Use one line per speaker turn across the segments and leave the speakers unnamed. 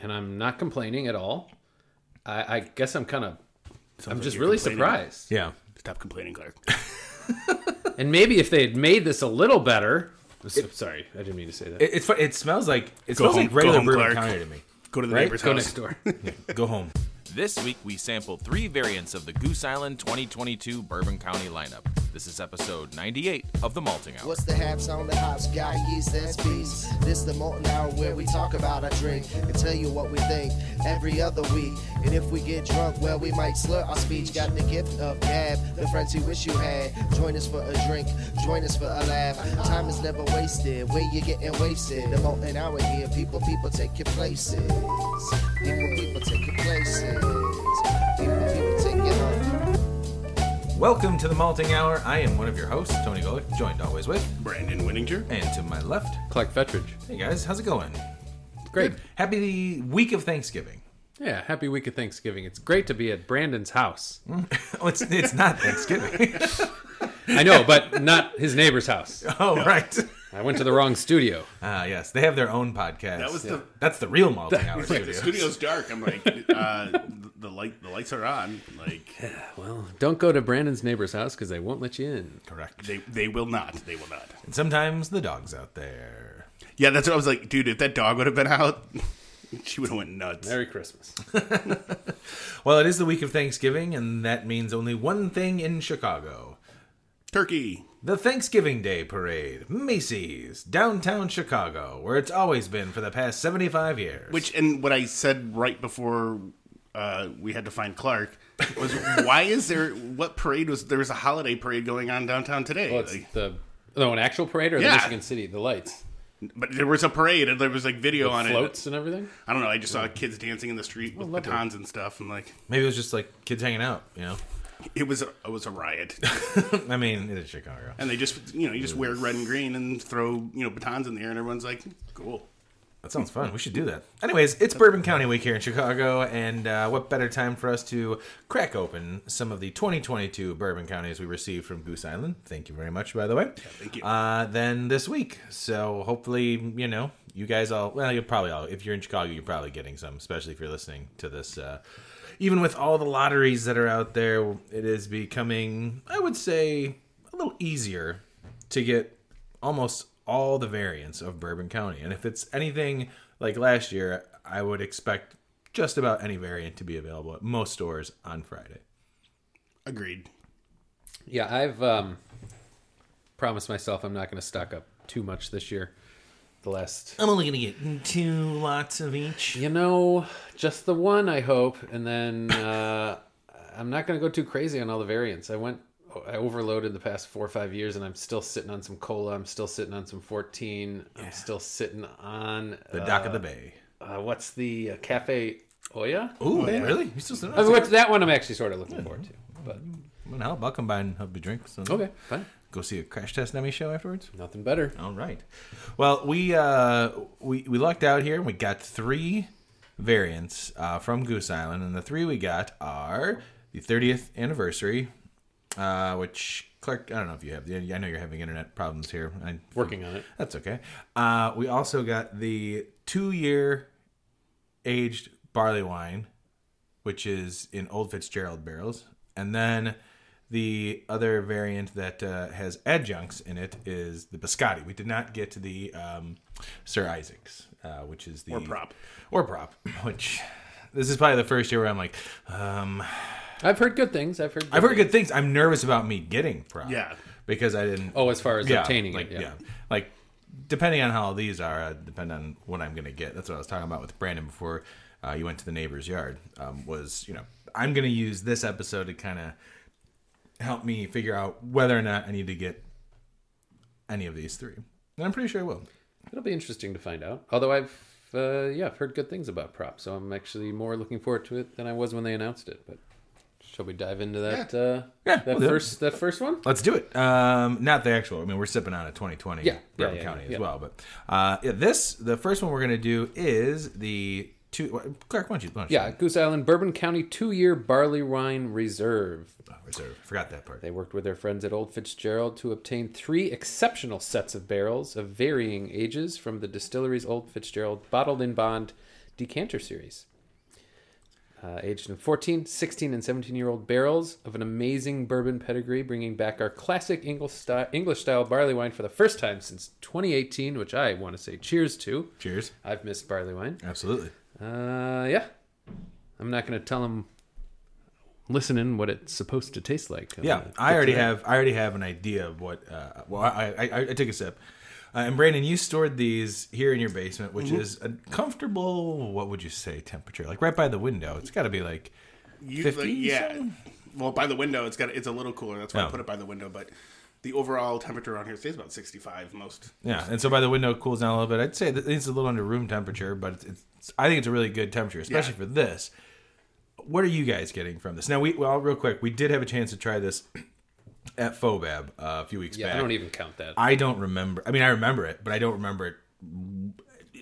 and I'm not complaining at all. I, I guess I'm kind of, I'm
like
just
you're
really
complaining.
surprised.
Yeah.
Stop complaining, Clark.
And maybe if they had made this a little better, I'm so- sorry, I didn't mean to say that.
It, it's fu- it smells like it smells
home-
like
go
regular
home,
Bourbon
Clark.
County to me.
Go to the
Right?
neighbor's
Go
house.
next door.
Go home.
This week, we sampled three variants of the Goose Island 2022 Bourbon County lineup. This is episode 98 of The Malting Hour.
What's the haps on the hops? Got yeast and beats. This the molten hour where we talk about our drink and tell you what we think every other week. And if we get drunk, well, we might slur our speech. Got the gift of gab, the friends you wish you had. Join us for a drink, join us for a laugh. Time is never wasted, where you getting wasted. The molten hour here, people, people take your places. People, people take your places. People, people take your home.
Welcome to the Malting Hour. I am one of your hosts, Tony Golick, joined always with,
Brandon Winninger.
and to my left,
Clark Fettridge.
hey guys, how's it going?
Great.
Happy week of Thanksgiving.
Yeah, happy week of Thanksgiving. It's great to be at Brandon's house.
Oh, it's it's not Thanksgiving.
I know, but not his neighbor's house.
oh, right.
I went to the wrong studio.
Ah, yes, they have their own podcast.
That was the-
that's the real Malting Hour
Like,
studio.
the studio's dark. I'm like, uh, the light, the lights are on. Like
Well, don't go to Brandon's neighbor's house because they won't let you in.
Correct.
they, they will not. They will not.
And sometimes the dog's out there.
Yeah, that's what I was like, dude. If that dog would have been out, she would have went nuts.
Merry Christmas.
Well, it is the week of Thanksgiving, and that means only one thing in Chicago.
Turkey.
The Thanksgiving Day Parade, Macy's, downtown Chicago, where it's always been for the past 75 years.
Which and what I said right before uh, we had to find Clark was why is there what parade was there was a holiday parade going on downtown today?
Well, it's
Like,
the no, an actual parade or
Yeah.
the Michigan City, the lights,
but there was a parade and there was like video on
floats,
it.
and everything.
I don't know. I just saw kids dancing in the street with
lovely.
batons and stuff. and like,
Maybe it was just like kids hanging out, you know?
it was a, it was a riot.
I mean, it is Chicago.
and they just you know you just wear red and green and throw you know batons in the air and everyone's like cool.
That sounds fun. We should do that. Anyways, it's Bourbon County Week here in Chicago, and uh, what better time for us to crack open some of the 2022 Bourbon Counties we received from Goose Island? Thank you very much, by the way. thank
you.
Uh, then this week, so hopefully, you know, you guys all. Well, you probably all. If you're in Chicago, you're probably getting some, especially if you're listening to this. Uh, even with all the lotteries that are out there, it is becoming, I would say, a little easier to get almost all the variants of Bourbon County. And if it's anything like last year, I would expect just about any variant to be available at most stores on Friday.
Agreed.
Yeah, I've um, promised myself I'm not going to stock up too much this year. The last,
I'm only going to get two lots of each.
you know, just the one, I hope, and then uh, I'm not going to go too crazy on all the variants. I went, I overloaded the past four or five years, and I'm still sitting on some cola. I'm still sitting on some 14. I'm still sitting on
The Dock of the Bay.
uh, what's the uh, Cafe Oya?
Ooh, really? You still sitting
Uh, which- that one I'm actually sort of looking forward to. But
Well, help. I'll come by and help you drink. So
okay, fine,
Go see a Crash Test Dummy show afterwards.
nothing better.
All right. Well, we uh, we we lucked out here and we got three variants uh, from Goose Island, and the three we got are the 30th anniversary, uh, which Clark, I don't know if you have. I know you're having internet problems here. I,
Working on it.
That's okay. Uh, we also got the two-year aged barley wine, which is in Old Fitzgerald barrels, and then the other variant that uh, has adjuncts in it is the biscotti. We did not get to the um, Sir Isaac's, uh, which is the
Or prop.
or prop, which. This is probably the first year where I'm like, um,
I've heard good things. I've heard. Good
I've heard good things. I'm nervous about me getting prop.
Yeah.
Because I didn't
Oh, as far as
yeah,
obtaining
like,
it, yeah.
Like depending on how these are, uh, depend on what I'm gonna get. That's what I was talking about with Brandon before uh, you went to the neighbor's yard. Um, was you know I'm gonna use this episode to kind of help me figure out whether or not I need to get any of these three, and I'm pretty sure I will.
It'll be interesting to find out. Although I've, uh, yeah, I've heard good things about prop, so I'm actually more looking forward to it than I was when they announced it. But shall we dive into that? Uh,
Yeah,
that
we'll do it.
first, that first one.
Let's do it. Um, not the actual. I mean, we're sipping on a 2020
Yeah, yeah,
Bourbon
yeah,
County
yeah,
as
yeah.
well. But uh, yeah, this the first one we're gonna do is the two. Clark, why don't you? Why don't you
Yeah, Goose Island Bourbon County two-year barley wine reserve.
reserve. Forgot that part.
They worked with their friends at Old Fitzgerald to obtain three exceptional sets of barrels of varying ages from the distillery's Old Fitzgerald bottled in bond Decanter Series. Uh, aged in 14, 16, and 17 year old barrels of an amazing bourbon pedigree, bringing back our classic English style, English style barley wine for the first time since 2018, which I want to say cheers to.
Cheers.
I've missed barley wine.
Absolutely.
Uh, yeah. I'm not going to tell them listening what it's supposed to taste like. Uh, I'm
Yeah,
gonna
I
get
already
to that.
have. I already have an idea of what. Uh, well, I, I I- I took a sip. Uh, and Brandon, you stored these here in your basement, which
Mm-hmm.
is a comfortable. What would you say temperature? Like right by the window. It's got to be like
You,
50
like, yeah.
something?
Well, by the window, it's got it's a little cooler. That's why
Oh.
I put it by the window. But the overall temperature around here stays about sixty five most.
yeah. And so by the window, it cools down a little bit. I'd say that it's a little under room temperature, but it's. it's I think it's a really good temperature, especially for this. What are you guys getting from this? Now we well, real quick, we did have a chance to try this at Fobab uh, a few weeks
Yeah,
back.
I don't even count that.
I don't remember. I mean, I remember it, but I don't remember it.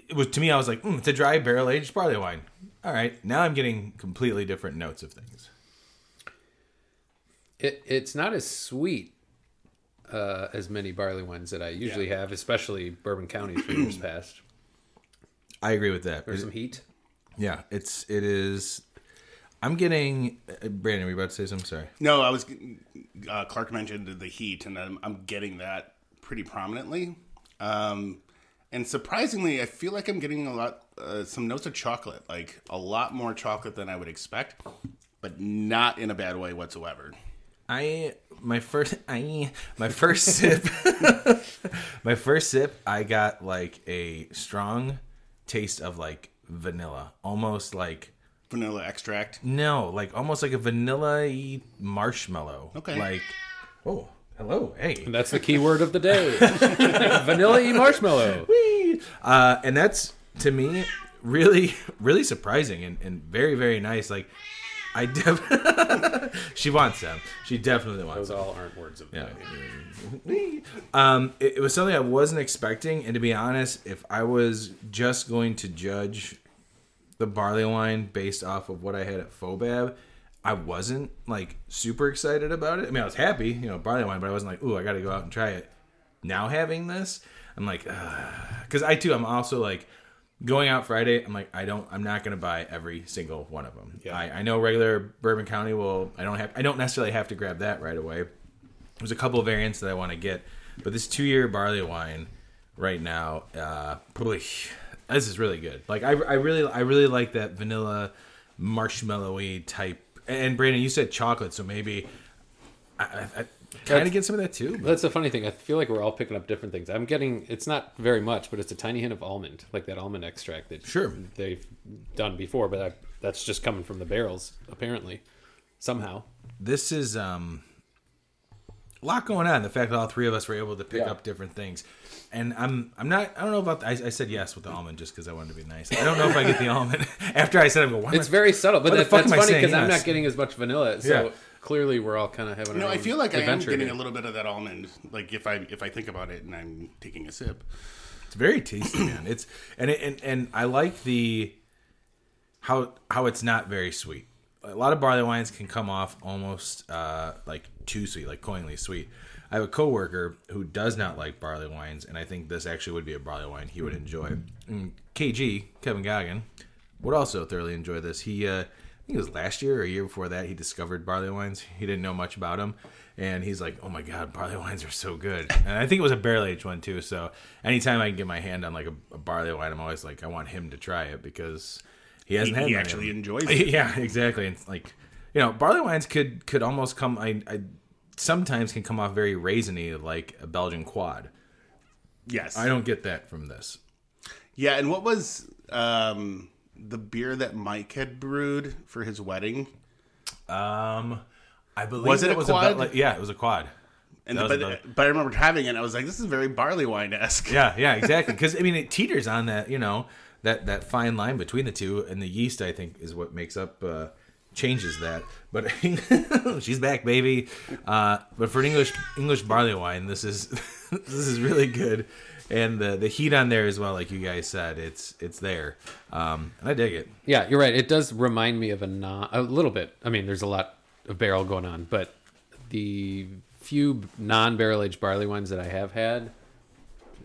It was to me. I was like, mm, it's a dry barrel aged barley wine. All right, now I'm getting completely different notes of things.
It, it's not as sweet uh, as many barley wines that I usually have, especially Bourbon County for years past.
I agree with that.
There's some heat.
yeah, it's it is. I'm getting uh, Brandon. Were you about to say something? Sorry.
No, I was uh, Clark mentioned the heat, and I'm, I'm getting that pretty prominently. Um, and surprisingly, I feel like I'm getting a lot uh, some notes of chocolate, like a lot more chocolate than I would expect, but not in a bad way whatsoever.
I my first I my first sip my first sip I got like a strong taste of like vanilla, almost like
Vanilla extract.
No, like almost like a vanilla marshmallow.
Okay.
Like, oh, hello, hey.
And that's the key word of the day. Vanilla e marshmallow.
Uh, and that's to me really, really surprising and, and very, very nice. Like, I def- she wants them. She definitely
Those
wants them.
all aren't words of the
Yeah.
day.
um, it, it was something I wasn't expecting, and to be honest, if I was just going to judge the barley wine based off of what I had at Fobab, I wasn't like super excited about it. I mean, I was happy, you know, barley wine, but I wasn't like, ooh, I got to go out and try it. Now having this, I'm like, because I too, I'm also like going out Friday. I'm like, I don't, I'm not going to buy every single one of them. I, I know regular Bourbon County will. I don't have, I don't necessarily have to grab that right away there's a couple of variants that I want to get, but this two year barley wine right now, uh, probably this is really good. Like I, I really, I really like that vanilla, marshmallowy type. And Brandon, you said chocolate, so maybe I, I, I kind
That's-
of get some of that too. But
That's the funny thing. I feel like we're all picking up different things. I'm getting it's not very much, but it's a tiny hint of almond, like that almond extract that
Sure.
they've done before, but I, that's just coming from the barrels apparently. Somehow.
this is um, a lot going on. The fact that all three of us were able to pick
Yeah.
up different things, and I'm, I'm not, I don't know about. The, I, I said yes with the almond just because I wanted to be nice. I don't know if I get the almond after I said I'm going.
It's very subtle, but
Why the
that,
fuck
that's
am I
funny
saying
because I'm
yes?
not getting as much vanilla. So
Yeah.
clearly, we're all kind of having.
No,
our
I
own
feel like I am
adventure
getting
here.
a little bit of that almond. Like if I if I think about it and I'm taking a sip.
It's very tasty, man. It's and it, and and I like the how how it's not very sweet. A lot of barley wines can come off almost uh, like too sweet, like cloyingly sweet. I have a coworker who does not like barley wines, and I think this actually would be a barley wine he would enjoy. And KG Kevin Goggin would also thoroughly enjoy this. He uh, I think it was last year or a year before that he discovered barley wines. He didn't know much about them, and he's like, "Oh my god, barley wines are so good!" And I think it was a barrel aged one too. So anytime I can get my hand on like a, a barley wine, I'm always like, I want him to try it because he hasn't had
He
many of
actually
them.
enjoys it.
yeah, exactly. And like you know, barley wines could could almost come. I, I sometimes can come off very raisiny, like a Belgian quad.
Yes.
I don't get that from this.
Yeah, and what was um, the beer that Mike had brewed for his wedding?
Um, I believe
Was it a
was
quad?
Bel- like- yeah, it was a quad.
And
That was
but,
the-
but I remember having it. and I was like, this is very barley wine esque.
Yeah, yeah, exactly. Because I mean, it teeters on that, you know, that that fine line between the two, and the yeast, I think, is what makes up uh, changes that. But she's back, baby. Uh, but for an English English barley wine, this is this is really good, and the the heat on there as well, like you guys said, it's it's there, um, and I dig it.
Yeah, you're right. It does remind me of a non a little bit. I mean, there's a lot of barrel going on, but the few non-barrel aged barley wines that I have had,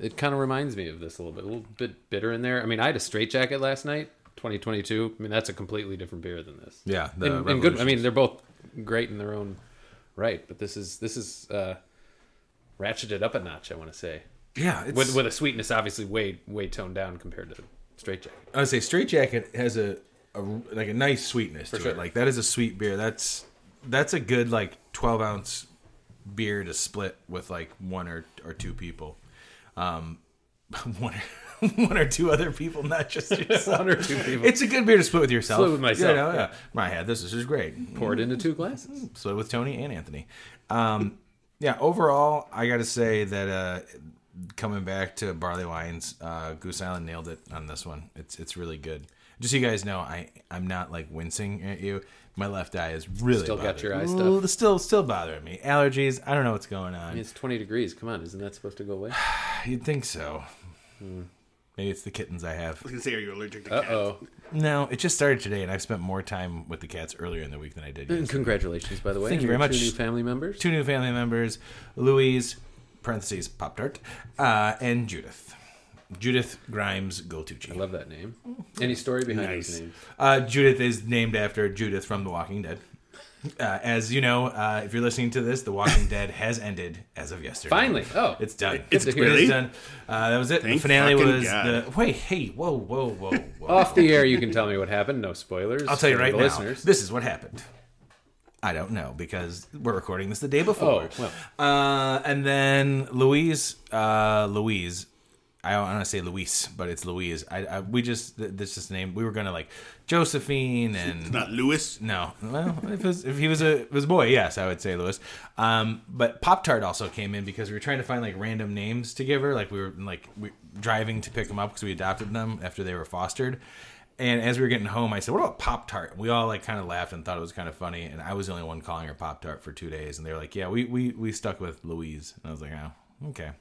it kind of reminds me of this a little bit. A little bit bitter in there. I mean, I had a straight jacket last night. 2022. I mean, that's a completely different beer than this.
Yeah, the
and, and good. I
Revolutions.
mean, they're both great in their own right, but this is this is uh, ratcheted up a notch. I want to say
Yeah, it's,
with with a sweetness obviously way way toned down compared to Straight Jacket.
I would say Straight Jacket has a, a like a nice sweetness to
sure.
it. Like that is a sweet beer. That's that's a good like twelve ounce beer to split with like one or or two people, um, one or, one or two other people, not just yourself.
One or two people
It's a good beer to split with yourself.
Split with myself,
You know,
yeah.
yeah. My head. This, this is great.
poured into two glasses.
Split with Tony and Anthony. Um, yeah. Overall, I got to say that uh, coming back to barley wines, uh, Goose Island nailed it on this one. It's it's really good. Just so you guys know, I I'm not like wincing at you. My left eye is really
Still got
bothering-
your eye stuff?
Ooh, Still still bothering me. Allergies. I don't know what's going on.
It's 20 degrees. Come on, isn't that supposed to go away?
You'd think so.
Hmm.
Maybe it's the kittens I have.
You can say, are you allergic to
Uh
cats?
oh.
No, it just started today, and I've spent more time with the cats earlier in the week than I did.
And
yesterday.
congratulations, by the way.
Thank
on
you very
your
much.
Two new family members.
Two new family members: Louise (parentheses Pop Tart) uh, and Judith. Judith Grimes
I
Goltucci.
love that name. Any story behind
Nice.
those names?
Uh, Judith is named after Judith from The Walking Dead. Uh, as you know, uh, if you're listening to this, The Walking Dead has ended as of yesterday.
Finally. Oh.
it's done.
It's
It is
really?
done. Uh, that was it.
Thank
the finale
fucking
was
God.
the wait. Hey, whoa, whoa, whoa, whoa.
Off the air, you can tell me what happened. No spoilers.
I'll tell you
for
right
the
now.
listeners.
This is what happened. I don't know because we're recording this the day before.
Oh,
uh, and then Louise, uh, Louise. I don't want to say Luis, but it's Louise. I, I we just th- this is the name. We were gonna like Josephine and
Not Lewis.
no. Well, if, it was, if he was a if it was a boy, yes, I would say Lewis. Um, but Pop Tart also came in because we were trying to find like random names to give her. Like we were like we, driving to pick them up because we adopted them after they were fostered. And as we were getting home, I said, "What about Pop Tart?" We all like kind of laughed and thought it was kind of funny. And I was the only one calling her Pop Tart for two days. And they were like, "Yeah, we we we stuck with Louise." And I was like, "Oh, okay."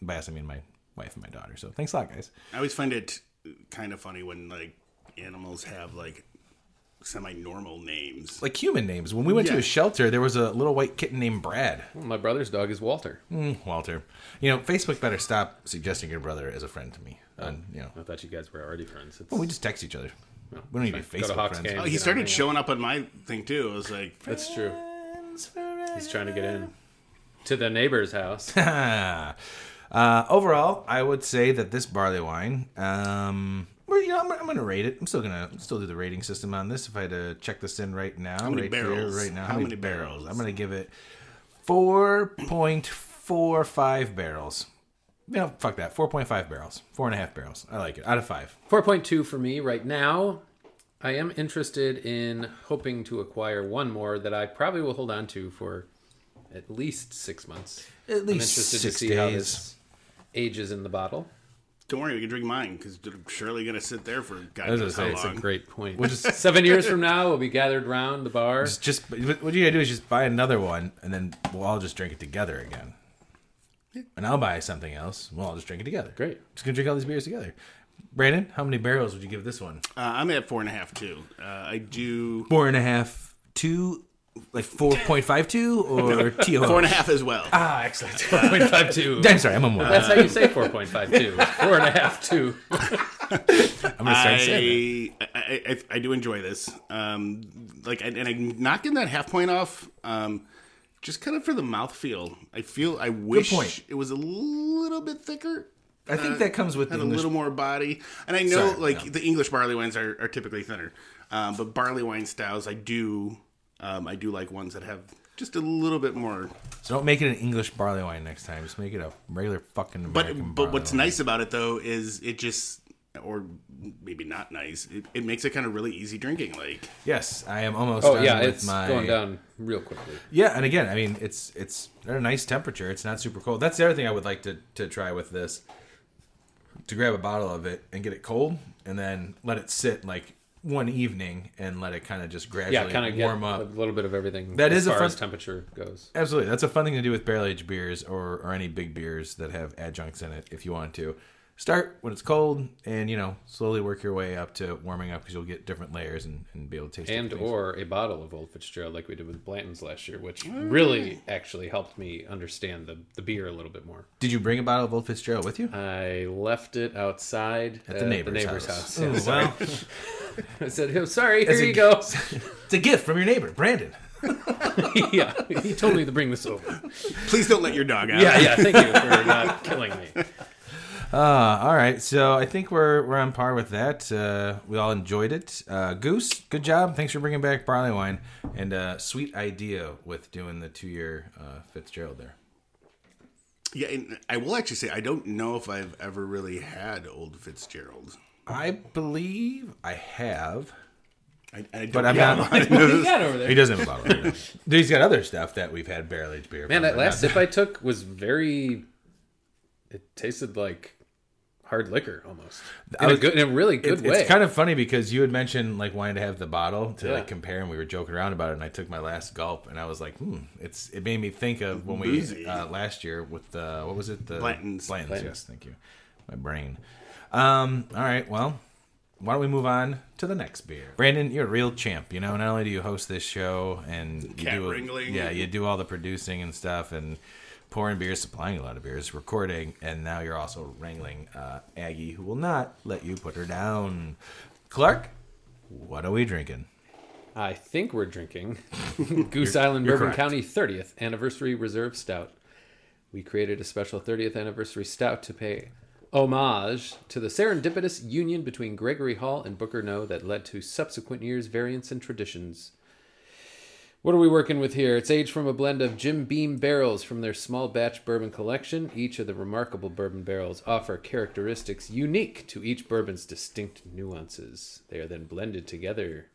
By us, I mean my wife and my daughter. So thanks a lot, guys.
I always find it kind of funny when like animals have like semi-normal names.
Like human names. When we went to
Yeah.
a shelter, there was a little white kitten named Brad.
My brother's dog is Walter.
Walter. You know, Facebook better stop suggesting your brother as a friend to me. And you know,
I thought you guys were already friends. It's,
Oh, we just text each other. We don't even
fine. Go to
Facebook
Hawks
friends.
game.
Oh, he
Get
started
on
showing up on my thing too. I was like,
that's true. He's trying to get in to the neighbor's house.
Ah. Uh, overall, I would say that this barley wine. Um, well, you know, I'm, I'm going to rate it. I'm still going to still do the rating system on this. If I had to check this in right now,
many
right
barrels?
here, right now,
How many barrels?
I'm going to give it four point four five barrels. No, fuck that. Four point five barrels. Four and a half barrels. I like it. Out of five.
4.2 for me right now. I am interested in hoping to acquire one more that I probably will hold on to for at least six months.
At
I'm
least
interested
six
to see
days.
how this ages in the bottle.
"Don't worry, we can drink mine because they're surely gonna sit there for God
was
knows how
gonna say, it's a
long."
Great point. Seven years from now, we'll be gathered round the bar.
It's just what you gotta do is just buy another one, and then we'll all just drink it together again. And I'll buy something else. We'll all just drink it together.
Great.
Just gonna drink all these beers together. Brandon, how many barrels would you give this one?
Uh, I'm at four and a half too. Uh, I do
Four and a half, two, like four point five two, or TO.
four and a half as well.
Ah, excellent.
4.52.
I'm sorry, I'm a moron.
That's how you say 4.52. Four and a half, two.
I'm gonna start saying that.
I, I, I, I do enjoy this. Um, like, and, and I'm not getting that half point off. Um, just kind of for the mouthfeel. I feel I wish
point.
it was a little bit thicker.
I think that comes with
had
English-
a little more body. And I know,
Sorry,
like,
no.
the English barley wines are, are typically thinner, um, but barley wine styles, I do, um, I do like ones that have just a little bit more.
So don't make it an English barley wine next time. Just make it a regular fucking
But
American
but what's
barley wine.
nice about it though is it just, or maybe not nice. It, it makes it kind of really easy drinking. Like.
Yes, I am almost
Oh,
done
yeah,
with
it's
my
going down real quickly.
Yeah, and again, I mean, it's it's at a nice temperature. It's not super cold. That's the other thing I would like to to try with this. To grab a bottle of it and get it cold, and then let it sit like one evening and let it kind of just gradually
Yeah, kind of get
warm up.
a little bit of everything
That
as
is a
far
fun-
as temperature goes.
Absolutely, that's a fun thing to do with barrel aged beers or or any big beers that have adjuncts in it. If you want to, start when it's cold and you know slowly work your way up to warming up because you'll get different layers and, and be able to taste different
and
things.
or a bottle of Old Fitzgerald like we did with Blanton's last year, which
Mm.
really actually helped me understand the, the beer a little bit more.
Did you bring a bottle of Old Fitzgerald with you?
Uh, I left it outside
At the neighbor's, house. Oh,
Yeah,
Ooh,
sorry.
well,
I said, "Oh, "Sorry, here
As a
you go."
it's a gift from your neighbor, Brandon.
yeah, he told me to bring this over.
Please don't let your dog out.
Yeah, yeah. Thank you for not killing me.
Uh, all right, so I think we're we're on par with that. Uh, we all enjoyed it. Uh, Goose, good job. Thanks for bringing back barley wine and uh, sweet idea with doing the two year uh, Fitzgerald there.
Yeah, and I will actually say I don't know if I've ever really had Old Fitzgerald.
I believe I have.
I, I don't
But I'm
yeah,
not-
I know
What you
this-
got over there?
He doesn't have a bottle. right now. He's got other stuff that we've had barrel aged beer.
Man,
from,
that
but
last
not-
sip I took was very. It tasted like hard liquor almost. In a
was-
good, in a really
It-
good way.
It's kind of funny because you had mentioned like wanting to have the bottle to
Yeah.
like compare, and we were joking around about it. And I took my last gulp, and I was like, "Hmm." It's it made me think of when we
Boozy.
uh, last year with the what was it the
Blanton's.
Blanton's,
Blanton's.
Yes, thank you. My brain. Um. All right. Well, why don't we move on to the next beer? Brandon, you're a real champ. You know, not only do you host this show and you
Cat
do
wrangling.
yeah, you do all the producing and stuff and pouring beers, supplying a lot of beers, recording, and now you're also wrangling uh, Aggie, who will not let you put her down. Clark, what are we drinking?
I think we're drinking Goose Island
you're
Bourbon
correct.
County 30th Anniversary Reserve Stout. We created a special 30th Anniversary Stout to pay homage to the serendipitous union between Gregory Hall and Booker No that led to subsequent years' variants and traditions. What are we working with here? It's aged from a blend of Jim Beam barrels from their small batch bourbon collection. Each of the remarkable bourbon barrels offer characteristics unique to each bourbon's distinct nuances. They are then blended together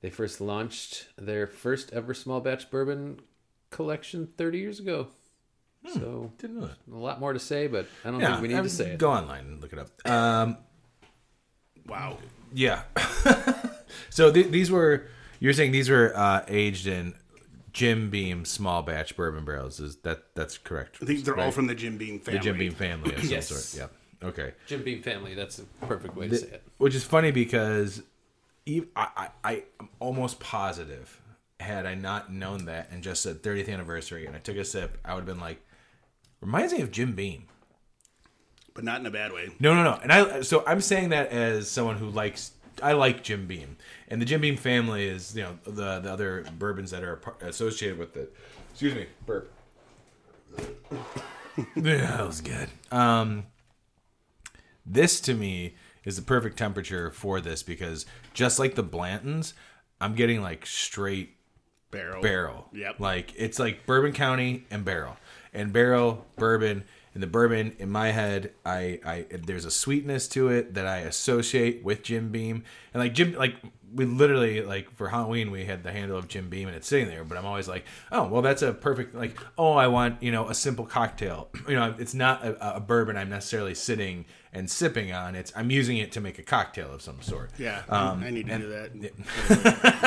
they first launched their first ever small batch bourbon collection 30 years ago.
Hmm.
So
Didn't know that.
a lot more to say, but I don't think we need
I-
to say it.
um, Go online and look it up. Um,
wow.
yeah. so th- these were you're saying these were uh, aged in Jim Beam small batch bourbon barrels. Is that that's correct?
I think they're all
right?
from the Jim Beam
the
family.
Jim Beam family of some
Yes.
sort. Yeah. Okay.
Jim Beam family. That's a perfect way to say it.
Which is funny because ev I, I, I am almost positive had I not known that and just said 30th anniversary and I took a sip, I would have been like, reminds me of Jim Beam.
but not in a bad way.
No, no, no. And I so I'm saying that as someone who likes I like Jim Beam, and the Jim Beam family is you know the the other bourbons that are par- associated with it. Excuse me, burp. yeah, that was good. Um, this to me is the perfect temperature for this because just like the Blantons, I'm getting like straight
Barrel.
barrel.
Yep.
Like it's like Bourbon County and barrel, and barrel bourbon. And the bourbon in my head, I, I there's a sweetness to it that I associate with Jim Beam, and like Jim, like we literally like for Halloween we had the handle of Jim Beam and it's sitting there, but I'm always like, oh well, that's a perfect like, oh I want you know a simple cocktail, you know it's not a, a bourbon I'm necessarily sitting and sipping on. It's I'm using it to make a cocktail of some sort.
Yeah,
Um,
I need to do that.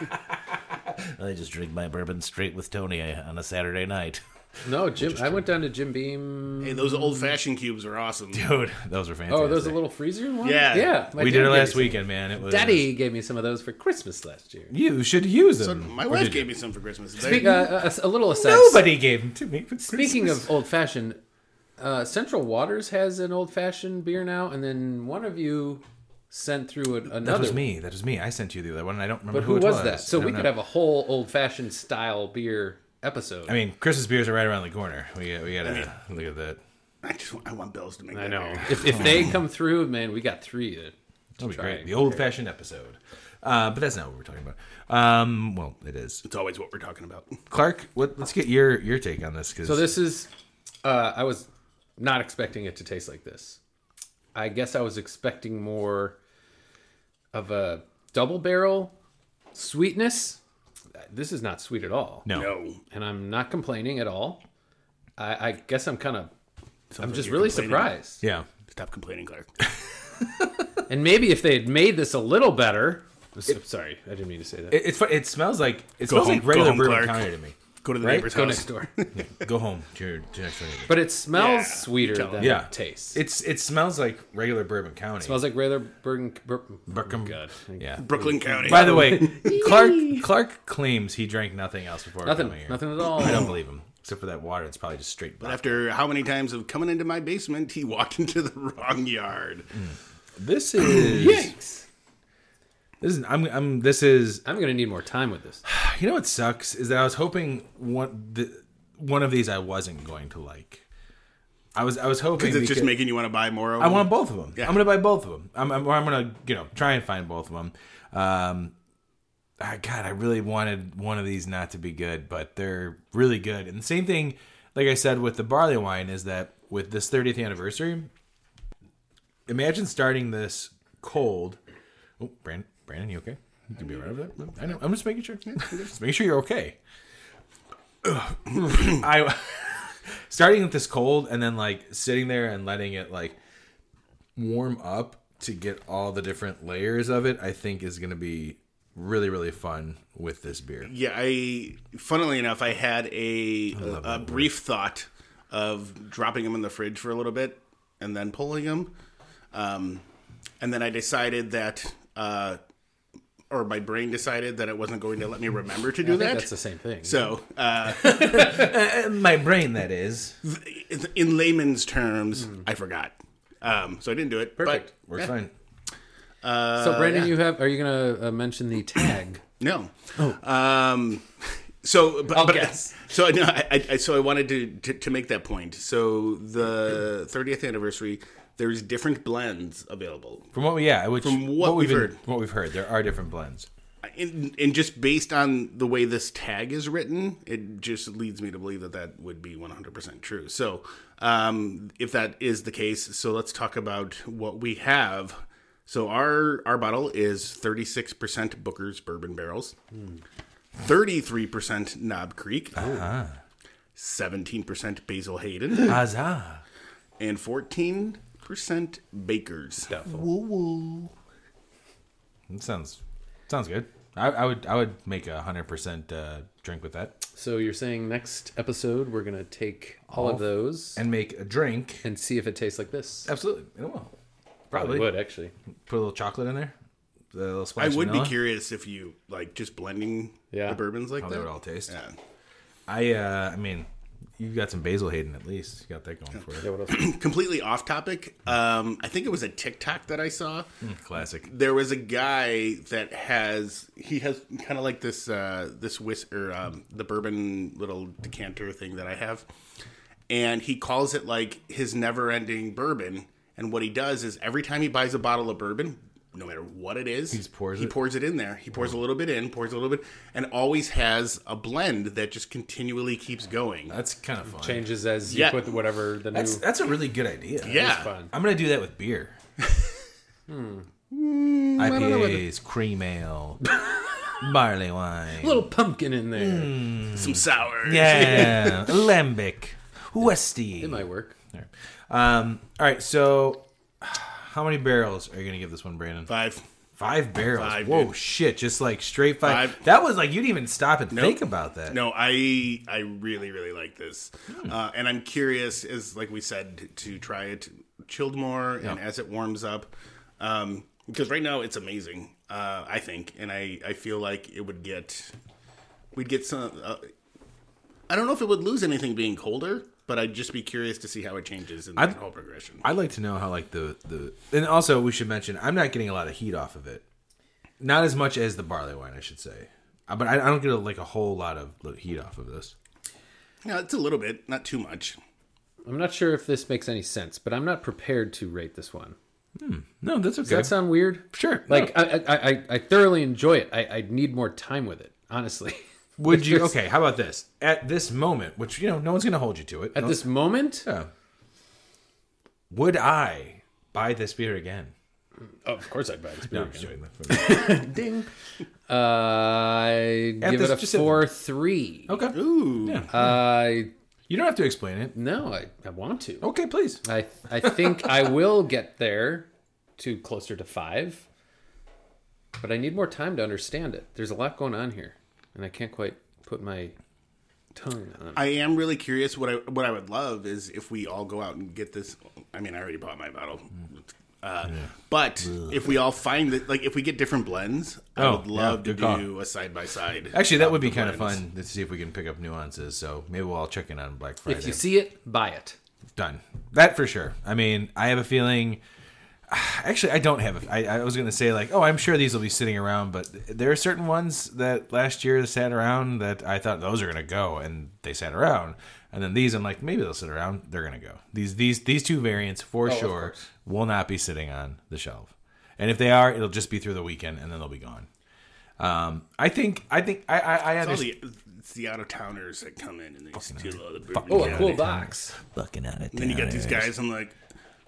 I just drink my bourbon straight with Tony eh, on a Saturday night.
No, Jim. I went down to Jim Beam.
hey, those old fashioned cubes are awesome.
Dude, those were fantastic.
Oh, there's a little freezer one.
Yeah.
yeah. my
we
dad
did
gave
it
me
last
some.
weekend, man. It was
Daddy gave me some of those for Christmas last year.
You should use them.
So my wife gave me some for Christmas. They-
Speak, uh, uh, a, little aside.
Nobody gave them to me. For
Speaking of old fashioned, uh, Central Waters has an old fashioned beer now, and then one of you sent through an, another.
that was me. That was me. I sent you the other one. and I don't remember
But
who,
who
it
was, that? So
I don't
we could
know.
have a whole old fashioned style beer episode.
I mean, Christmas beers are right around the corner. We we gotta look at that.
I just want, I want Bells to make.
I
that
know.
beer.
If, if they come through, man, we got three. To, to
That'll be
try.
great. The old fashioned episode. Uh, but that's not what we're talking about. Um, well, it is.
It's always what we're talking about.
Clark, what, let's get your your take on this. Cause
So this is. Uh, I was not expecting it to taste like this. I guess I was expecting more of a double barrel sweetness. This is not sweet at all.
no,
No,
and I'm not complaining at all. I, I guess I'm kind of. I'm
like
just
you're
really
complaining.
surprised.
yeah,
stop complaining, Clark.
And maybe if they had made this a little better. I'm so- sorry, I didn't mean to say that.
it, it's fu- it smells like it smells
home-
like
go
regular
home,
bourbon
Clark.
county to me.
Go to the
Right?
neighbor's
Go
house.
next door.
Go home to your to your next door neighbor.
But it smells
Yeah,
sweeter
tell
than
them.
Yeah.
it tastes. It
It's it smells like regular Bourbon County.
smells like regular Bergen. Bur- mm,
Burkham-
God.
Yeah.
Brooklyn County.
By the way, Clark Clark claims he drank nothing else before
Nothing.
coming here.
Nothing at all.
I don't believe him, except for that water. It's probably just straight
But
black.
after how many times of coming into my basement, he walked into the wrong yard.
This is
Yikes.
this is I'm, I'm this is
I'm going to need more time with this.
you know what sucks is that I was hoping one the, one of these I wasn't going to like. I was I was hoping
Is it just
because-
making you want to buy more of
I
them?
want both of them. I'm gonna buy both of them. I'm, I'm, or I'm gonna you know try and find both of them. Um, ah, God, I really wanted one of these not to be good, but they're really good. And the same thing, like I said with the barley wine, is that with this 30th anniversary, imagine starting this cold. Oh, Brandon, Brandon, you okay? You can be right over there. I know. I'm just making sure. Just making sure you're okay. I starting with this cold and then like sitting there and letting it like warm up to get all the different layers of it, I think is going to be really, really fun with this beer.
Yeah, I. Funnily enough, I had a a brief thought of dropping them in the fridge for a little bit and then pulling them, um, and then I decided that, uh, or my brain decided that it wasn't going to let me remember to do that.
That's the same thing.
So, uh,
My brain, that is.
in layman's terms, I forgot. Um, so I didn't do it. but-
Perfect.
Works fine.
so Brandon, you have? Are you going to uh, mention the tag?
No. Um, so, but,
Oh. I'll
but
guess.
so no, I, I so I wanted to, to to make that point. So the 30th anniversary, there's different blends available,
From what we, yeah, which,
From what we've
we've, been-
heard.
what we've heard, there are different blends.
and, and just based on the way this tag is written, it just leads me to believe that that would be 100% true. So, um, if that is the case, so let's talk about what we have. So our our bottle is 36% Booker's Bourbon Barrels. 33% Knob Creek, 17% Basil Hayden,
Ah. Huzzah.
and 14% Baker's.
That sounds sounds good. I, I would I would make a hundred percent uh, drink with that
So you're saying next episode we're going to take all of those and,
and make a drink.
see if it tastes like this.
Absolutely, it will.
Probably
Probably
would actually.
put a little chocolate in there. A little
I
splash
would be
vanilla.
curious if you like just blending
Yeah.
the bourbons like
How
that.
they would all taste.
Yeah.
I uh, I mean, you got some Basil Hayden at least. You got that going for
Yeah,
you.
what else?
completely off topic. Um, I think it was a TikTok that I saw.
Classic.
There was a guy that has he has kind of like this uh, this whis- or um, the bourbon little decanter thing that I have, and he calls it like his never ending bourbon. And what he does is every time he buys a bottle of bourbon, no matter what it is, he
pours
he
it?
pours it in there. He pours a little bit in, pours a little bit, and always has a blend that just continually keeps going.
That's kind of fun.
Changes as you
Yeah.
put whatever the new.
That's that's a really good idea.
yeah,
fun.
I'm gonna do that with beer. Hmm. IPAs, cream ale, barley wine,
little pumpkin in there.
some sour.
yeah, alembic,
It
westy.
might work.
Um, all right, so how many barrels are you gonna give this one, Brandon?
five.
Five barrels.
Five,
Whoa,
dude.
shit! Just like straight five.
Five.
That was like you didn't even stop and think about that.
No, I I really really like this, uh, and I'm curious, as like we said, to try it chilled more and as it warms up, um, because right now it's amazing. Uh, I think, and I I feel like it would get, we'd get some. Uh, I don't know if it would lose anything being colder, but I'd just be curious to see how it changes in the whole progression.
I'd like to know how like the the and also we should mention I'm not getting a lot of heat off of it, not as much as the barley wine I should say, Uh, but I, I don't get like a whole lot of li- heat off of this.
yeah, it's a little bit, not too much.
I'm not sure if this makes any sense, but I'm not prepared to rate this one.
No, that's okay.
Does that sound weird?
Sure,
Like I, I, I, I thoroughly enjoy it. I, I need more time with it, honestly.
would you? Okay, how about this? At this moment, which you know no one's gonna hold you to it.
At
no-
this moment,
yeah. would I buy this beer again?
of course I'd buy this beer.
No, I'm just joking.
Ding. Uh, I
At
give
this-
it a
just at-
four three.
okay,
Ooh,
I
you don't have to explain it.
no, I, I want to.
Okay, please.
I I think I will get there to closer to five, but I need more time to understand it. There's a lot going on here, and I can't quite put my Tony.
I am really curious. What I what I would love is if we all go out and get this. I mean, I already bought my bottle, uh, but if we all find that, like, if we get different blends, I
Oh,
would
yeah,
love to
good call.
do a side by side.
Actually, that would be kind of fun to see if we can pick up nuances. So maybe we'll all check in on Black Friday.
If you see it, buy it.
done that for sure i mean i have a feeling actually i don't have a, I, I was gonna say like oh i'm sure these will be sitting around but there are certain ones that last year sat around that i thought those are gonna go and they sat around and then these i'm like maybe they'll sit around they're gonna go these these these two variants for
Oh,
sure will not be sitting on the shelf and if they are it'll just be through the weekend and then they'll be gone um, I think I think I I, I
It's all
understand.
the, it's the out of towners that come in and they steal all the bourbon.
Oh, a cool box.
Fucking out of
And then you got these guys. I'm like,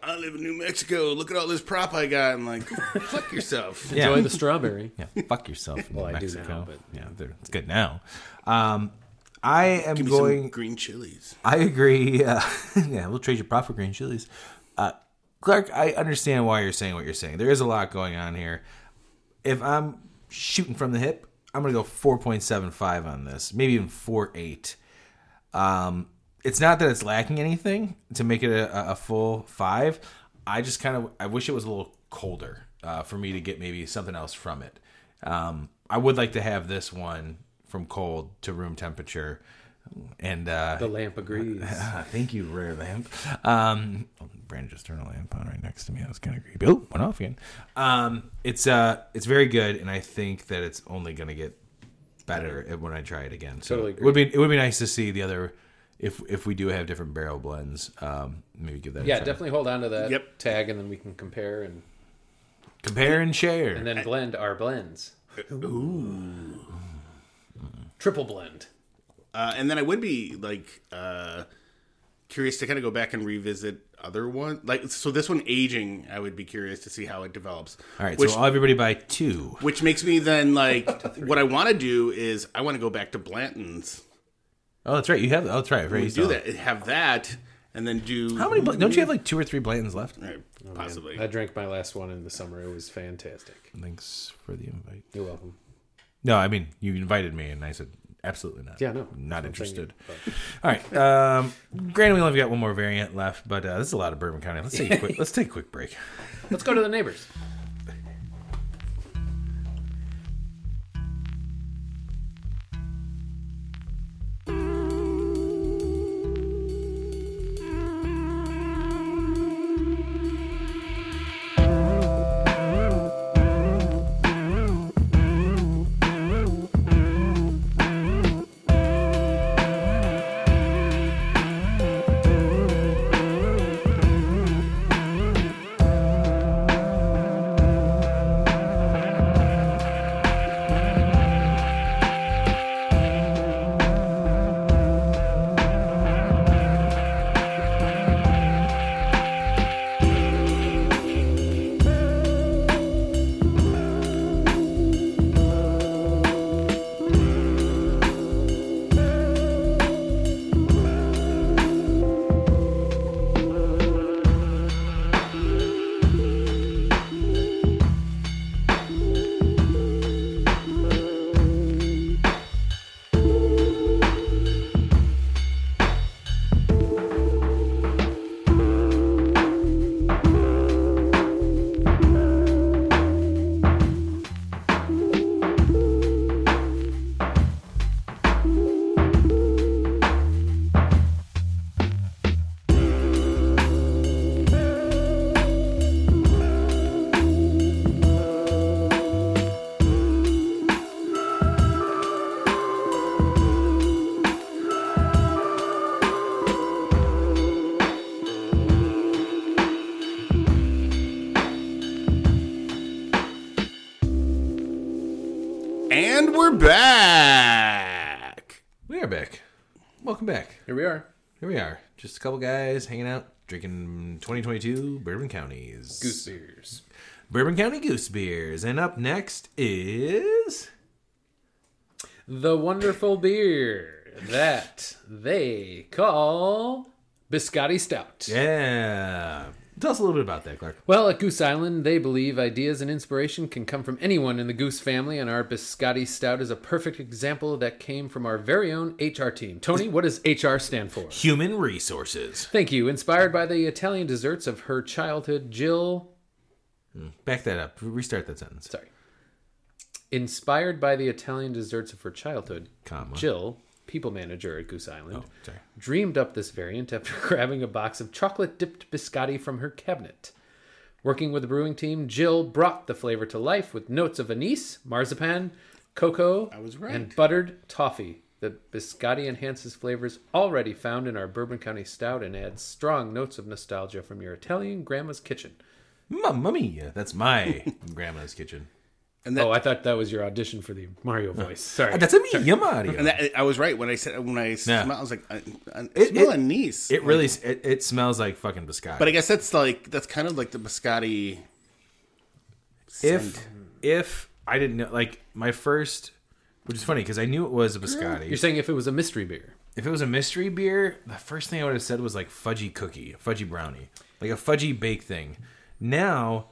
I live in New Mexico. Look at all this prop I got. I'm like, fuck yourself.
Yeah.
Enjoy the strawberry.
Yeah, fuck yourself. well,
I do
Mexico.
now, but-
yeah, they're- it's good now. Um, I am
Give me some
going.
green chilies.
I agree. Uh, yeah, we'll trade your profit for green chilies. Uh, Clark, I understand why you're saying what you're saying. There is a lot going on here. If I'm shooting from the hip, I'm going to go 4.75 on this, maybe even 4.8. Um, it's not that it's lacking anything to make it a, a full five. I just kind of I wish it was a little colder uh, for me to get maybe something else from it. Um, I would like to have this one from cold to room temperature, and uh,
The lamp agrees.
Ah, thank you, Rare Lamp. Um, Brandon just turned a lamp on right next to me. That was kind of creepy. Oh, went off again. Um, it's uh, it's very good, and I think that it's only gonna get better when I try it again. So
Totally
it would be it would be nice to see the other if if we do have different barrel blends. Um, maybe give that a
Yeah,
try.
definitely hold on to that
Yep.
tag, and then we can compare and,
Compare and share.
and then blend our blends. Ooh. Triple blend.
Uh, and then I would be like uh, curious to kind of go back and revisit other one. Like so, this one aging, I would be curious to see how it develops.
All right,
which
so everybody buy two.
which makes me then like what I want to do is I want to go back to Blanton's,
Oh, that's right. You have. Oh, that's right. Right. you
do
saw
that, have that, and then do
How many? bl- Don't you have like two or three Blantons left?
Right, possibly.
I drank my last one in the summer. It was fantastic.
Thanks for the invite.
You're welcome.
No, I mean you invited me, and I said absolutely not.
Yeah, no.
not
I'm saying
interested.
it, but-
All right. Um, granted, we only got one more variant left, but uh, this is a lot of Bourbon County. Let's take a quick, let's take a quick break.
Let's go to the neighbors.
and we're back.
We are back. Welcome back.
Here we are.
Here we are, just a couple guys hanging out, drinking 2022 Bourbon Counties
Goose beers.
Bourbon County Goose beers, and up next is
The wonderful beer that they call Biscotti Stout.
yeah. Tell us a little bit about that, Clark.
Well, at Goose Island, they believe ideas and inspiration can come from anyone in the Goose family, and our Biscotti Stout is a perfect example that came from our very own HR team. Tony, what does HR stand for?
Human resources.
Thank you. Inspired by the Italian desserts of her childhood, Jill.
Back that up. Restart that sentence.
Sorry. Inspired by the Italian desserts of her childhood,
Comma.
Jill, people manager at Goose Island,
sorry.
dreamed up this variant after grabbing a box of chocolate dipped biscotti from her cabinet. Working with the brewing team, Jill brought the flavor to life with notes of anise, marzipan, cocoa,
was right.
and buttered toffee. The biscotti enhances flavors already found in our Bourbon County Stout and adds strong notes of nostalgia from your Italian grandma's kitchen.
Mamma mia. That's my grandma's kitchen.
And that,
oh, I thought that was your audition for the Mario voice. Sorry.
Uh, That's a mia, Mario.
and that, I was right when I said when I smelled. I was like, I, I
It-
smell
it-
anise.
It really it, it smells like fucking biscotti.
but I guess that's like that's kind of like the biscotti.
if if I didn't know like my first which is funny because I knew it was a biscotti.
You're saying if it was a mystery beer.
If it was a mystery beer, the first thing I would have said was like fudgy cookie, fudgy brownie, like a fudgy bake thing. Now,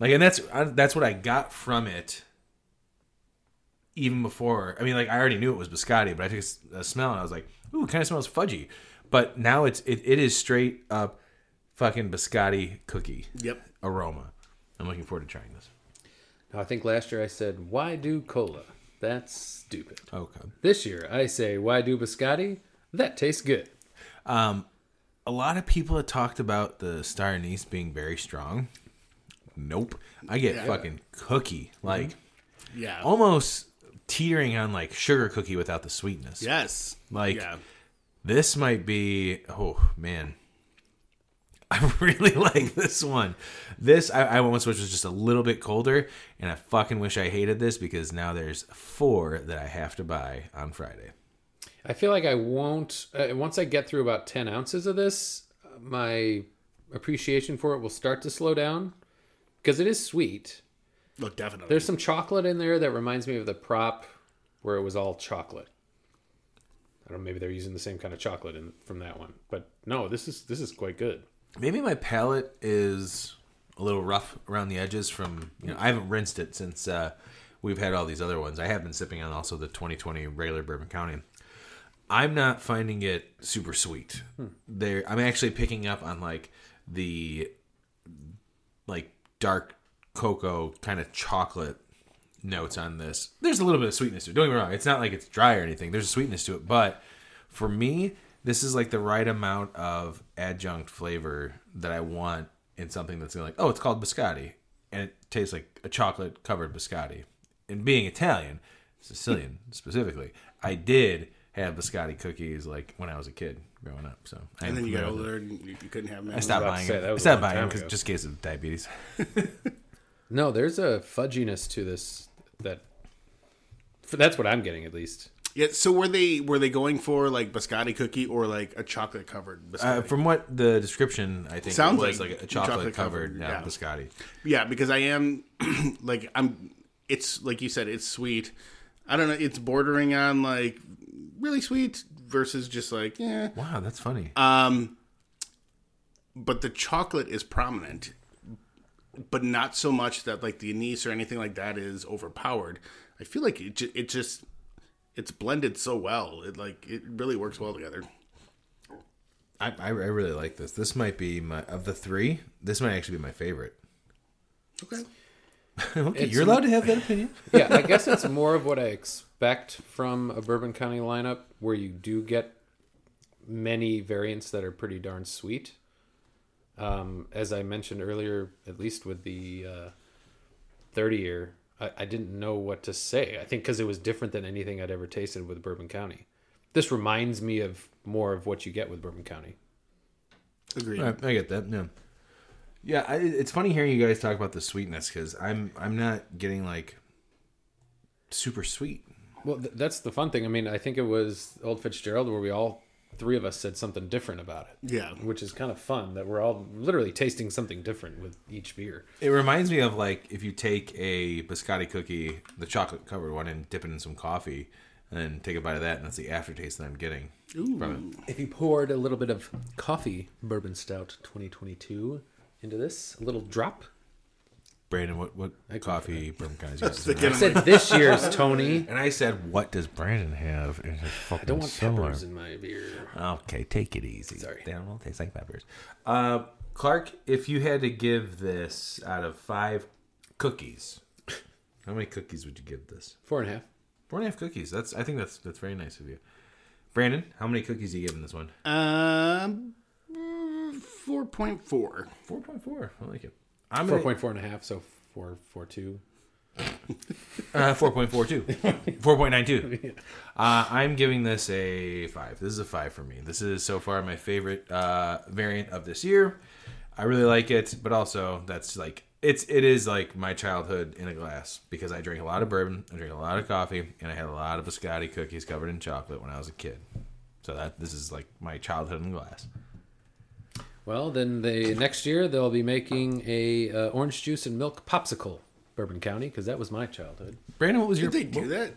like, and that's I, that's what I got from it. Even before, I mean, like I already knew it was biscotti, but I took a s- a, smell and I was like, "Ooh, kind of smells fudgy." But now it's it, it is straight up fucking biscotti cookie
Yep.
aroma. I'm looking forward to trying this.
Now, I think last year I said, why do cola? That's stupid.
Okay.
This year I say, why do biscotti? That tastes good.
a lot of people have talked about the star anise being very strong. Nope. I get fucking cookie, like
Yeah.
almost teetering on like sugar cookie without the sweetness.
yes.
Like
yeah.
this might be oh man. I really like this one. This I, I almost wish was just a little bit colder, and I fucking wish I hated this because now there's four that I have to buy on Friday.
I feel like I won't, uh, once I get through about 10 ounces of this, uh, my appreciation for it will start to slow down because it is sweet.
Look, definitely.
There's some chocolate in there that reminds me of the prop where it was all chocolate. I don't know, maybe they're using the same kind of chocolate in, from that one. But no, this is this is quite good.
Maybe my palate is a little rough around the edges from you know I haven't rinsed it since uh, we've had all these other ones. I have been sipping on also the 2020 regular Bourbon County. I'm not finding it super sweet. There, I'm actually picking up on like the like dark cocoa kind of chocolate notes on this. There's a little bit of sweetness to it. Don't get me wrong. It's not like it's dry or anything. There's a sweetness to it, but for me, this is like the right amount of adjunct flavor that I want in something that's like, oh, it's called biscotti, and it tastes like a chocolate covered biscotti. And being Italian, Sicilian specifically, I did have biscotti cookies like when I was a kid growing up. So I am
and then you got
familiar with it.
older and you, you couldn't have.
I
about
stopped
to
buying
say,
them.
that
I
was a
stopped
long
buying them
time
'cause-
ago.
just in case of diabetes.
No, there's a fudginess to this that for, that's what I'm getting at least.
Yeah. So were they were they going for like biscotti cookie or like a chocolate covered biscotti?
Uh, from what the description, I think
Sounds
it was
like
like, a chocolate,
chocolate
covered,
covered,
yeah,
yeah.
biscotti.
yeah, because I am like I'm. It's like you said, it's sweet. I don't know. It's bordering on like really sweet versus just like yeah.
Wow, that's funny.
Uh, But the chocolate is prominent, but not so much that like the anise or anything like that is overpowered. I feel like it. Ju- it just it's blended so well. It like it really works well together.
I, I I really like this. This might be my of the three. This might actually be my favorite.
Okay.
Okay, you're allowed to have that opinion.
Yeah, I guess it's more of what I expect from a Bourbon County lineup where you do get many variants that are pretty darn sweet. Um, as I mentioned earlier, at least with the uh, 30 year, I, I didn't know what to say. I think because it was different than anything I'd ever tasted with Bourbon County. This reminds me of more of what you get with Bourbon County.
Agreed.
I, I get that. Yeah, yeah. I, it's funny hearing you guys talk about the sweetness because I'm I'm not getting like super sweet.
Well, th- that's the fun thing. I mean, I think it was Old Fitzgerald where we all three of us said something different about it.
Yeah.
which is kind of fun that we're all literally tasting something different with each beer.
It reminds me of like if you take a biscotti cookie, the chocolate covered one, and dip it in some coffee. and then take a bite of that, and that's the aftertaste that I'm getting.
If you poured a little bit of coffee bourbon stout 2022 into this, a little drop.
Brandon, what what coffee Bourbon County's got?
Thinking,
I said this year's Tony.
And I said, what does Brandon have in his fucking
I don't want
cellar?
peppers in my beer.
Okay, take it easy.
Sorry.
They don't all taste like peppers. Uh, Clark, if you had to give this out of five cookies, how many cookies would you give this?
Four and a half.
Four and a half cookies. That's I think that's that's very nice of you. Brandon, how many cookies are you giving this one?
um, four point four.
Four point four. I like it. I'm
Four
gonna-
point four and a half. So four four two.
Uh, 4.42. 4.92. Uh, I'm giving this a 5. This is a 5 for me. This is so far my favorite uh, variant of this year. I really like it, but also that's like it's it is like my childhood in a glass because I drink a lot of bourbon, I drink a lot of coffee, and I had a lot of biscotti cookies covered in chocolate when I was a kid. So that this is like my childhood in a glass.
Well, then they next year they'll be making a uh, orange juice and milk popsicle, Bourbon County, because that was my childhood.
Brandon, what was your
Did they do that?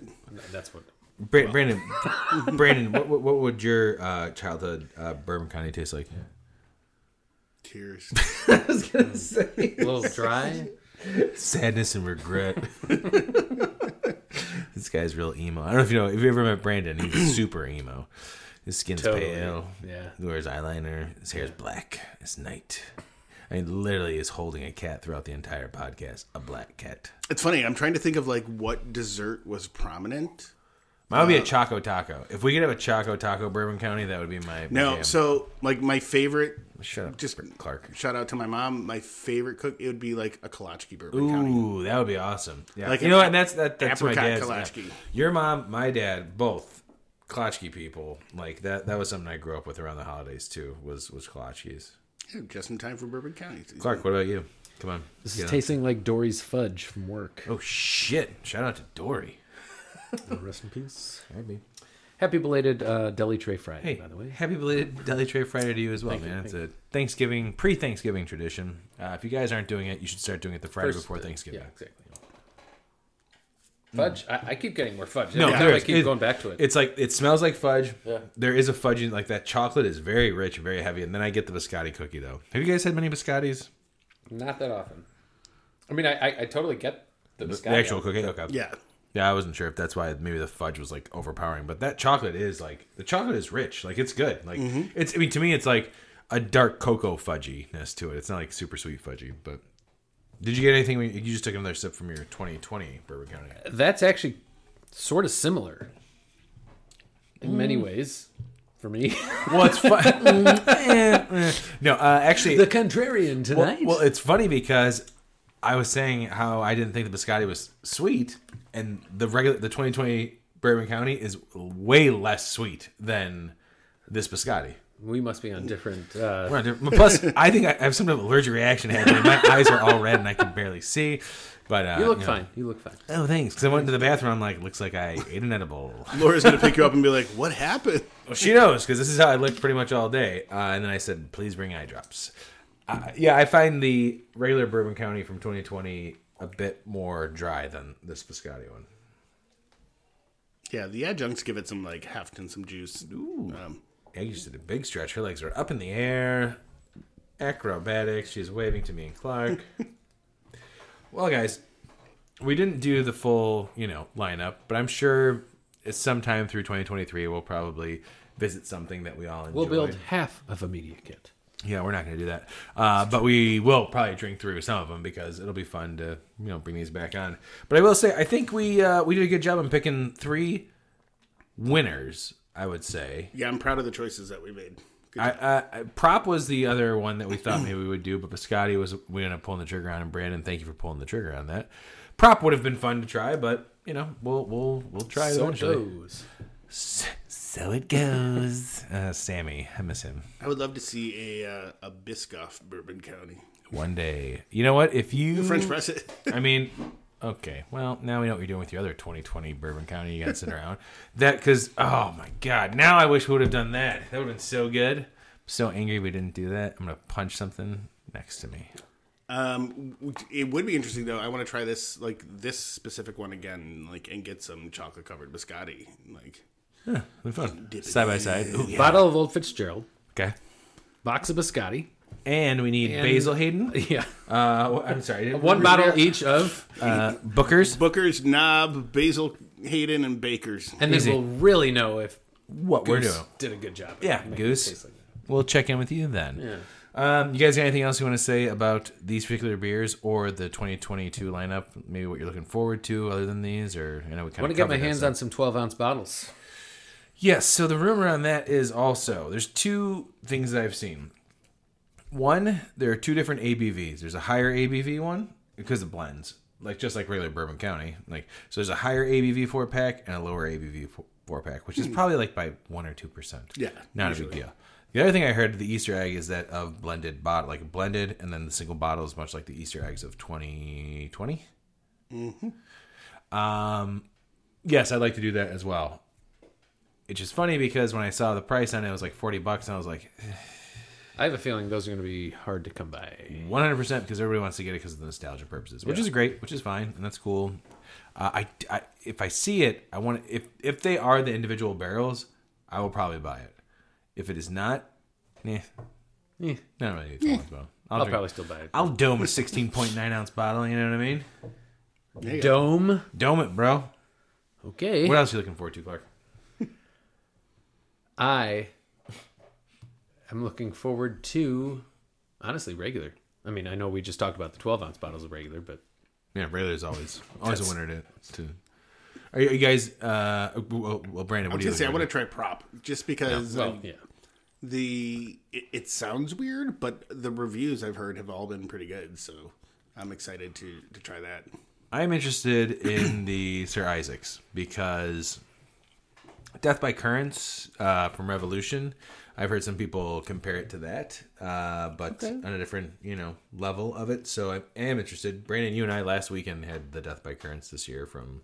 That's what
Bra- Brandon? Brandon, what, what, what would your uh, childhood uh, bourbon kind of taste like?
Tears.
a little dry.
sadness and regret. this guy's real emo. I don't know if you know if you ever met Brandon, he's super emo. His skin's
Totally,
pale.
yeah.
He wears eyeliner. His hair's black. It's night. I mean, literally is holding a cat throughout the entire podcast. A black cat.
It's funny. I'm trying to think of like what dessert was prominent.
Mine
Uh,
would be a Choco Taco. If we could have a Choco Taco Bourbon County, that would be my
No,
jam.
so like my favorite.
shut up,
Just
Clark.
Shout out to my mom. My favorite cook. It would be like a kolachki bourbon county.
Ooh, that would be awesome. Yeah,
Like
you
an
know what? And that's that. That's my
apricot
dad's.
kolachki.
yeah. Your mom, my dad, both kolachki people. Like that. That was something I grew up with around the holidays too. Was was kolachkis.
Yeah, just in time for bourbon county. season.
Clark, what about you? Come on.
This
Get
is
on.
tasting like Dory's fudge from work.
Oh shit! Shout out to Dory.
Rest in peace. Happy belated uh, deli tray Friday,
Hey,
by the way.
happy belated Deli Tray Friday to you as well, man. it's a Thanksgiving, pre-Thanksgiving tradition. Uh, if you guys aren't doing it, you should start doing it the Friday
First,
before
uh,
Thanksgiving.
Yeah, exactly. Fudge. I, I keep getting more fudge.
No,
Every time
there
I
is.
keep
It-
going back to it.
It's like it smells like fudge.
Yeah.
There is a fudge in like that chocolate is very rich and very heavy, and then I get the biscotti cookie though. Have you guys had many biscottis?
Not that often. I mean, I, I, I totally get the, biscotti.
The actual cookie. Okay.
Yeah.
Yeah, I wasn't sure if that's why maybe the fudge was like overpowering, but that chocolate is like the chocolate is rich. Like it's good. Like it's. I mean, to me, it's like a dark cocoa fudginess to it. It's not like super sweet fudgy, but. Did you get anything? When you, you just took another sip from your 2020 Bourbon County.
That's actually sort of similar in many ways for me.
Well, it's fun. no, uh, actually,
the contrarian
Well-
tonight.
Well, it's funny because I was saying how I didn't think the biscotti was sweet, and the regular the 2020 Bourbon County is way less sweet than this biscotti.
we must be on different. Uh,
We're on different- Plus, I think I have some type of allergic reaction happening. My eyes are all red and I can barely see. But uh,
you look
know-
fine. You look fine.
Oh, thanks. Because I went into the bathroom. I'm like, looks like I ate an edible.
Laura's gonna pick you up and be like, "What happened?"
Well, she knows because this is how I looked pretty much all day. Uh, and then I said, please bring eye drops. Uh, yeah, I find the regular Bourbon County from 2020 a bit more dry than this biscotti one.
Yeah, the adjuncts give it some like heft and some juice. Ooh. Um,
Aggie just did a big stretch. Her legs are up in the air, acrobatic. She's waving to me and Clark. well, guys, we didn't do the full, you know, lineup, but I'm sure it's sometime through 2023 we'll probably visit something that we all enjoy.
We'll build half of a media kit.
Yeah, we're not going to do that. Uh, but we will probably drink through some of them because it'll be fun to you know bring these back on. But I will say, I think we uh, we did a good job in picking three winners. I would say.
yeah, I'm proud of the choices that we made. Good
I, I, I prop was the other one that we thought maybe we would do, but Biscotti was we ended up pulling the trigger on. And Brandon, thank you for pulling the trigger on that. Prop would have been fun to try, but you know we'll we'll we'll try
So it
eventually.
goes.
So it goes. uh, Sammy, I miss him.
I would love to see a uh, a Biscoff Bourbon County
One day, you know what? If you
French press. It.
I mean, okay. Well, now we know what you're doing with your other 2020 Bourbon County you got sitting around. That because oh my god, now I wish we would have done that. That would have been so good. I'm so angry we didn't do that. I'm gonna punch something next to me.
Um, w- it would be interesting though. I want to try this like this specific one again, like and get some chocolate covered biscotti. Like
They're fun. Side by side. Ooh,
Bottle of Old Fitzgerald,
Okay.
box of biscotti.
And we need Basil Hayden.
Yeah,
Uh, wh- I'm sorry. I didn't
one
remember.
bottle each of,
Uh, Booker's.
Booker's, Knob, Basil, Hayden, and Baker's.
and then
Easy.
we'll really know if
What we're
Goose
doing.
did a good job. at
Yeah,
making it
Goose.
taste like that.
We'll check in with you then.
Yeah.
Um, you guys got anything else you want to say about these particular beers or the 2022 lineup? Maybe what you're looking forward to other than these, or I know we kind
I want
of
to get my hands on some 12 ounce bottles.
Yes. So the rumor on that is also there's two things that I've seen. One, there are two different ABVs. There's a higher ABV one because of blends, like just like regular Bourbon County. Like so, there's a higher ABV four pack and a lower ABV four- four pack, which is probably like by one or two percent.
Yeah,
not a big deal. The other thing I heard the Easter egg is that of blended bottle, like blended, and then the single bottle is much like the Easter eggs of 2020. Um, yes, I'd like to do that as well. It's just funny because when I saw the price on it, it was like 40 bucks, and I was like,
I have a feeling those are going to be hard to come by.
100% because everybody wants to get it because of the nostalgia purposes, which is great, which is fine, and that's cool. Uh, I, I, if I see it, I want if if they are the individual barrels, I will probably buy it. If it is not, eh,
Eh,
not really. Yeah. Well.
I'll
drink-
probably still buy it.
I'll dome a 16.9 ounce bottle. You know what I mean?
Dome.
Dome it, bro.
Okay.
What else you looking forward to, Clark?
I am looking forward to, honestly, regular. I mean, I know we just talked about the 12 ounce bottles of regular, but
Yeah, Rayler's always always a winner to. to... Are, you, are you guys? Uh, well, well, Brandon,
I
what
was
do you
gonna say I
looking
want to
forward
try prop just because
well,
uh,
yeah.
the it, it sounds weird, but the reviews I've heard have all been pretty good. So I'm excited to to try that.
to? I'm interested in the Sir Isaacs because Death by Currents uh, from Revolution. I've heard some people compare it to that, uh, but on a different you know level of it. So I am interested. Brandon, you and I last weekend had the Death by Currents this year from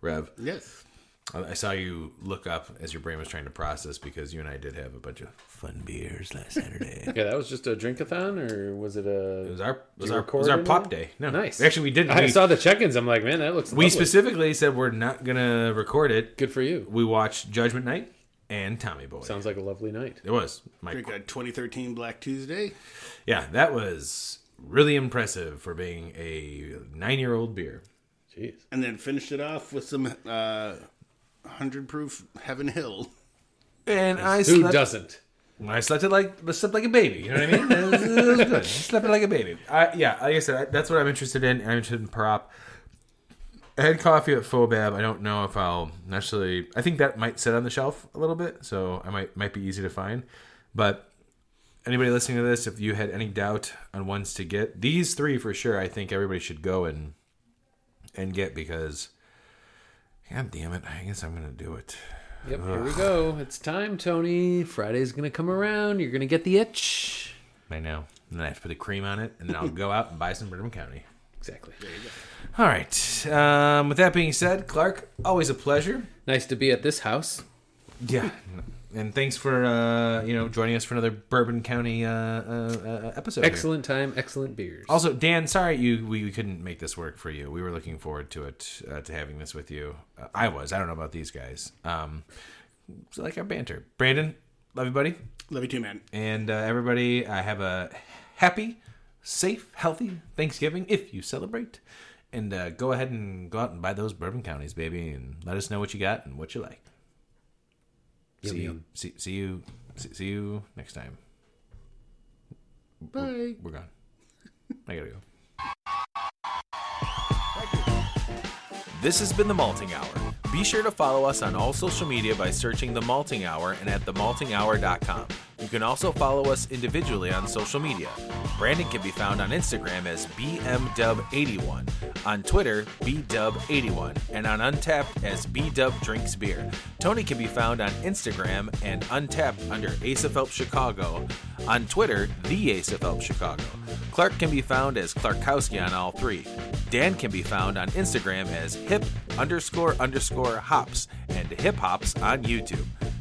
Rev.
Yes.
I I saw you look up as your brain was trying to process because you and I did have a bunch of.
Fun beers last Saturday.
Yeah, that was just a drink-a-thon, or was it a...
It was our it was
you
our, it
record
was our
any?
pop day. No,
Nice.
Actually, we didn't.
I
we,
saw the check-ins. I'm like, man, that looks
we
lovely.
specifically said we're not gonna record it.
Good for you.
We watched Judgment Night and Tommy Boy.
Sounds like a lovely night.
it was my
Drink a 2013 Black Tuesday.
yeah. That was really impressive for being a nine year old beer.
Jeez.
and then finished it off with some uh, hundred proof Heaven Hill.
And I
Who
slept,
doesn't?
I slept it like I slept like a baby. You know what I mean? It was, it was good. I slept it like a baby. I, yeah, like I said, I, that's what I'm interested in. I'm interested in prop. I had coffee at Fobab. I don't know if I'll necessarily. I think that might sit on the shelf a little bit, so I might might be easy to find. But anybody listening to this, if you had any doubt on ones to get, these three for sure, I think everybody should go and and get because. God damn it! I guess I'm gonna do it.
Yep, here we go. It's time, Tony. Friday's going to come around. You're going to get the itch.
I know. And then I have to put the cream on it, and then I'll go out and buy some Bourbon County.
Exactly.
All right. Um, with that being said, Clark, always a pleasure.
Nice to be at this house.
Yeah. And thanks for uh, you know joining us for another Bourbon County uh, uh, uh, episode. here.
Excellent time, excellent beers.
Also, Dan, sorry you we, we couldn't make this work for you. We were looking forward to it uh, to having this with you. Uh, I was. I don't know about these guys. Um, it's like our banter. Brandon, love you, buddy,
Love you too, man.
and uh, everybody. I have a happy, safe, healthy Thanksgiving if you celebrate. And uh, go ahead and go out and buy those Bourbon Counties, baby, and let us know what you got and what you like.
Yum,
see, you,
yum.
see, see you, see, see you next time.
Bye.
We're gone. I gotta go.
This has been The Malting Hour. Be sure to follow us on all social media by searching The Malting Hour and at themaltinghour.com. You can also follow us individually on social media. Brandon can be found on Instagram as BMDub81, on Twitter, BDub81, and on Untapped as BDub Drinks Beer. Tony can be found on Instagram and Untapped under Ace of Help Chicago, on Twitter, The Ace of Help Chicago. Clark can be found as Clarkowski on all three. Dan can be found on Instagram as hip underscore underscore hops and hip hops on YouTube.